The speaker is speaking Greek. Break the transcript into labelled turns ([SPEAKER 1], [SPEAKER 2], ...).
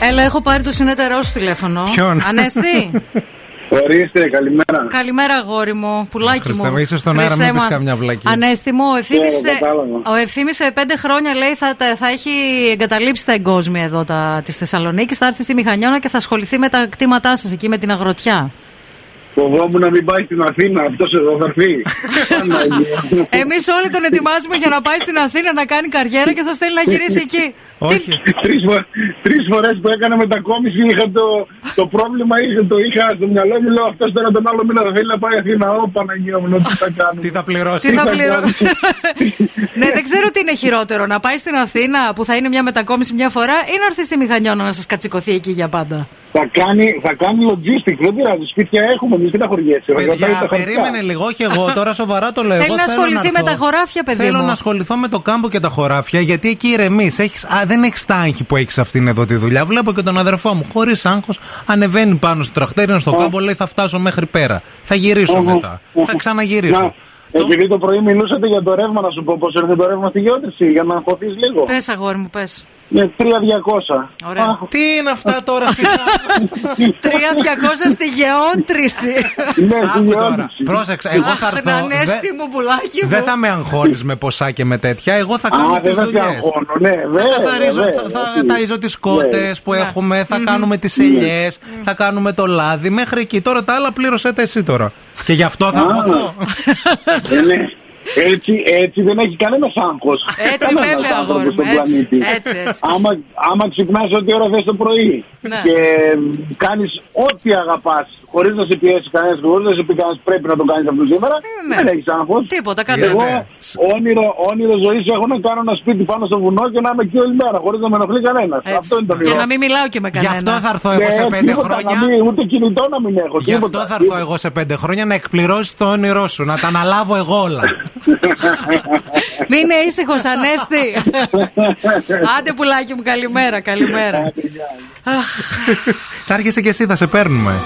[SPEAKER 1] Έλα, έχω πάρει το συνεταιρό σου τηλέφωνο.
[SPEAKER 2] Ποιον?
[SPEAKER 1] Ανέστη.
[SPEAKER 3] Ορίστε, καλημέρα.
[SPEAKER 1] Καλημέρα, αγόρι μου. Πουλάκι
[SPEAKER 2] Χριστέ
[SPEAKER 1] μου.
[SPEAKER 2] μου, είσαι στον αέρα,
[SPEAKER 1] Χρυσέ
[SPEAKER 2] μην
[SPEAKER 1] μου,
[SPEAKER 2] πεις
[SPEAKER 1] αν-
[SPEAKER 2] καμιά βλακή.
[SPEAKER 1] Ανέστη μου, ο ευθύνη.
[SPEAKER 3] Ναι, κατάλαβα.
[SPEAKER 1] Ο ευθύνη σε πέντε χρόνια λέει θα, τα- θα έχει εγκαταλείψει τα εγκόσμια εδώ τα, της Θεσσαλονίκης. Θα έρθει στη Μηχανιώνα και θα ασχοληθεί με τα κτήματά σας εκεί, με την αγροτιά.
[SPEAKER 3] Φοβόμουν να μην πάει στην Αθήνα, αυτός εδώ θα έρθει. Παναγία μου.
[SPEAKER 1] Εμείς όλοι τον ετοιμάζουμε για να πάει στην Αθήνα να κάνει καριέρα και θα στέλνει να γυρίσει εκεί. Τι,
[SPEAKER 2] Όχι.
[SPEAKER 3] Τρεις, φο- τρεις φορές που έκανα μετακόμιση είχα το, το πρόβλημα είχε, το είχα στο μυαλό μου λέω αυτός τώρα τον άλλο μήνα θα θέλει να πάει Αθήνα Ω Παναγία μου λέω, τι θα
[SPEAKER 2] Τι
[SPEAKER 3] κάνουμε
[SPEAKER 2] θα πληρώσει.
[SPEAKER 1] τι θα
[SPEAKER 3] θα
[SPEAKER 1] πληρώσει. ναι, δεν ξέρω τι είναι χειρότερο. Να πάει στην Αθήνα που θα είναι μια μετακόμιση μια φορά ή να έρθει στη Μηχανιώνα να σας κατσικωθεί εκεί για πάντα.
[SPEAKER 3] θα, κάνει, θα κάνει logistic, δεν πειράζει, σπίτια έχουμε εμείς, τι θα χωριέσαι θα κρατάει
[SPEAKER 2] Παιδιά,
[SPEAKER 3] τα χωριά.
[SPEAKER 2] περίμενε λίγο, όχι εγώ. Τώρα σοβαρά το λέω.
[SPEAKER 1] Θέλει
[SPEAKER 2] Εγώ
[SPEAKER 1] να
[SPEAKER 2] θέλω
[SPEAKER 1] ασχοληθεί με
[SPEAKER 2] έρθω.
[SPEAKER 1] τα χωράφια, παιδί
[SPEAKER 2] Θέλω
[SPEAKER 1] μου.
[SPEAKER 2] να ασχοληθώ με το κάμπο και τα χωράφια, γιατί εκεί ηρεμείς. Δεν έχεις τα άγχη που έχεις αυτήν εδώ τη δουλειά. Βλέπω και τον αδερφό μου. Χωρίς άγχος, ανεβαίνει πάνω στο τρακτέρι, στο κάμπο, λέει θα φτάσω μέχρι πέρα. Θα γυρίσω
[SPEAKER 3] Οχο.
[SPEAKER 2] μετά. Θα ξαναγυρίσω.
[SPEAKER 3] Να,
[SPEAKER 2] Το-
[SPEAKER 3] Επειδή το πρωί μιλούσατε για το ρεύμα, να σου πω πώς έρχεται το ρεύμα στη γεώτρηση, για να αγχωθείς λίγο.
[SPEAKER 2] Ε-
[SPEAKER 3] Ναι,
[SPEAKER 1] Πες, αγόρι μου, πες.
[SPEAKER 3] Με 3200.
[SPEAKER 1] Ωραία.
[SPEAKER 3] Α,
[SPEAKER 2] Τι είναι αυτά τώρα, σιγά.
[SPEAKER 1] 3-200 στη γεώτρηση.
[SPEAKER 3] Ναι, στη
[SPEAKER 2] Άκου τώρα.
[SPEAKER 3] γεώτρηση.
[SPEAKER 2] Πρόσεξε, εγώ θα
[SPEAKER 1] Αχ,
[SPEAKER 2] έρθω.
[SPEAKER 1] Ανέστη
[SPEAKER 2] δεν-
[SPEAKER 1] μου, πουλάκι μου.
[SPEAKER 2] Δεν θα με αγχώνεις με ποσά και με τέτοια. Εγώ θα κάνω τι
[SPEAKER 3] Α, δεν θα σε
[SPEAKER 2] δουλειές.
[SPEAKER 3] αγχώνω, ναι,
[SPEAKER 2] Θα
[SPEAKER 3] βέβαια,
[SPEAKER 2] καθαρίζω,
[SPEAKER 3] βέβαια,
[SPEAKER 2] θα, θα
[SPEAKER 3] όχι. Ναι.
[SPEAKER 2] ταΐζω τις κότες που έχουμε, θα κάνουμε τις ελιές, θα κάνουμε το λάδι, μέχρι εκεί. Τώρα τα άλλα πλήρωσέ τα εσύ τώρα. Και γι' αυτό θα αγχωθώ.
[SPEAKER 3] Ε, ναι. Έτσι, έτσι δεν έχει κανένας άγχος.
[SPEAKER 1] Έτσι, βέβαια, αγόρι μου. Έτσι, έτσι, έτσι.
[SPEAKER 3] Άμα, άμα ξυπνάς ό,τι ώρα θες το πρωί
[SPEAKER 1] Ναι.
[SPEAKER 3] και κάνεις ό,τι αγαπάς χωρίς να σε πιέσει κανένας, χωρίς να σε πει κανένας πρέπει να το κάνεις αυτό σήμερα,
[SPEAKER 1] ναι.
[SPEAKER 3] δεν έχεις άγχος.
[SPEAKER 1] Τίποτα, κανένα.
[SPEAKER 3] Εγώ
[SPEAKER 2] Ναι.
[SPEAKER 3] όνειρο, όνειρο ζωής έχω να κάνω ένα σπίτι πάνω στο βουνό και να είμαι εκεί όλη μέρα χωρίς να με ενοχλεί κανένας.
[SPEAKER 1] Έτσι.
[SPEAKER 3] Αυτό είναι το
[SPEAKER 1] Και
[SPEAKER 3] όνειρο.
[SPEAKER 1] να μην μιλάω και με
[SPEAKER 2] Γι'
[SPEAKER 1] κανένα.
[SPEAKER 2] αυτό θα έρθω
[SPEAKER 3] Ναι,
[SPEAKER 2] εγώ σε πέντε
[SPEAKER 3] τίποτα, να
[SPEAKER 2] χρόνια.
[SPEAKER 3] μην- ούτε κινητό να μην έχω.
[SPEAKER 2] Γι' αυτό
[SPEAKER 3] τίποτα.
[SPEAKER 2] θα έρθω εγώ σε πέντε χρόνια να εκπληρώσεις το όνειρό σου, να τα αναλάβω εγώ όλα.
[SPEAKER 1] Μην είναι ήσυχος, Ανέστη. Άντε, πουλάκι μου, καλημέρα, καλημέρα.
[SPEAKER 2] θα έρχεσαι και εσύ, θα σε παίρνουμε.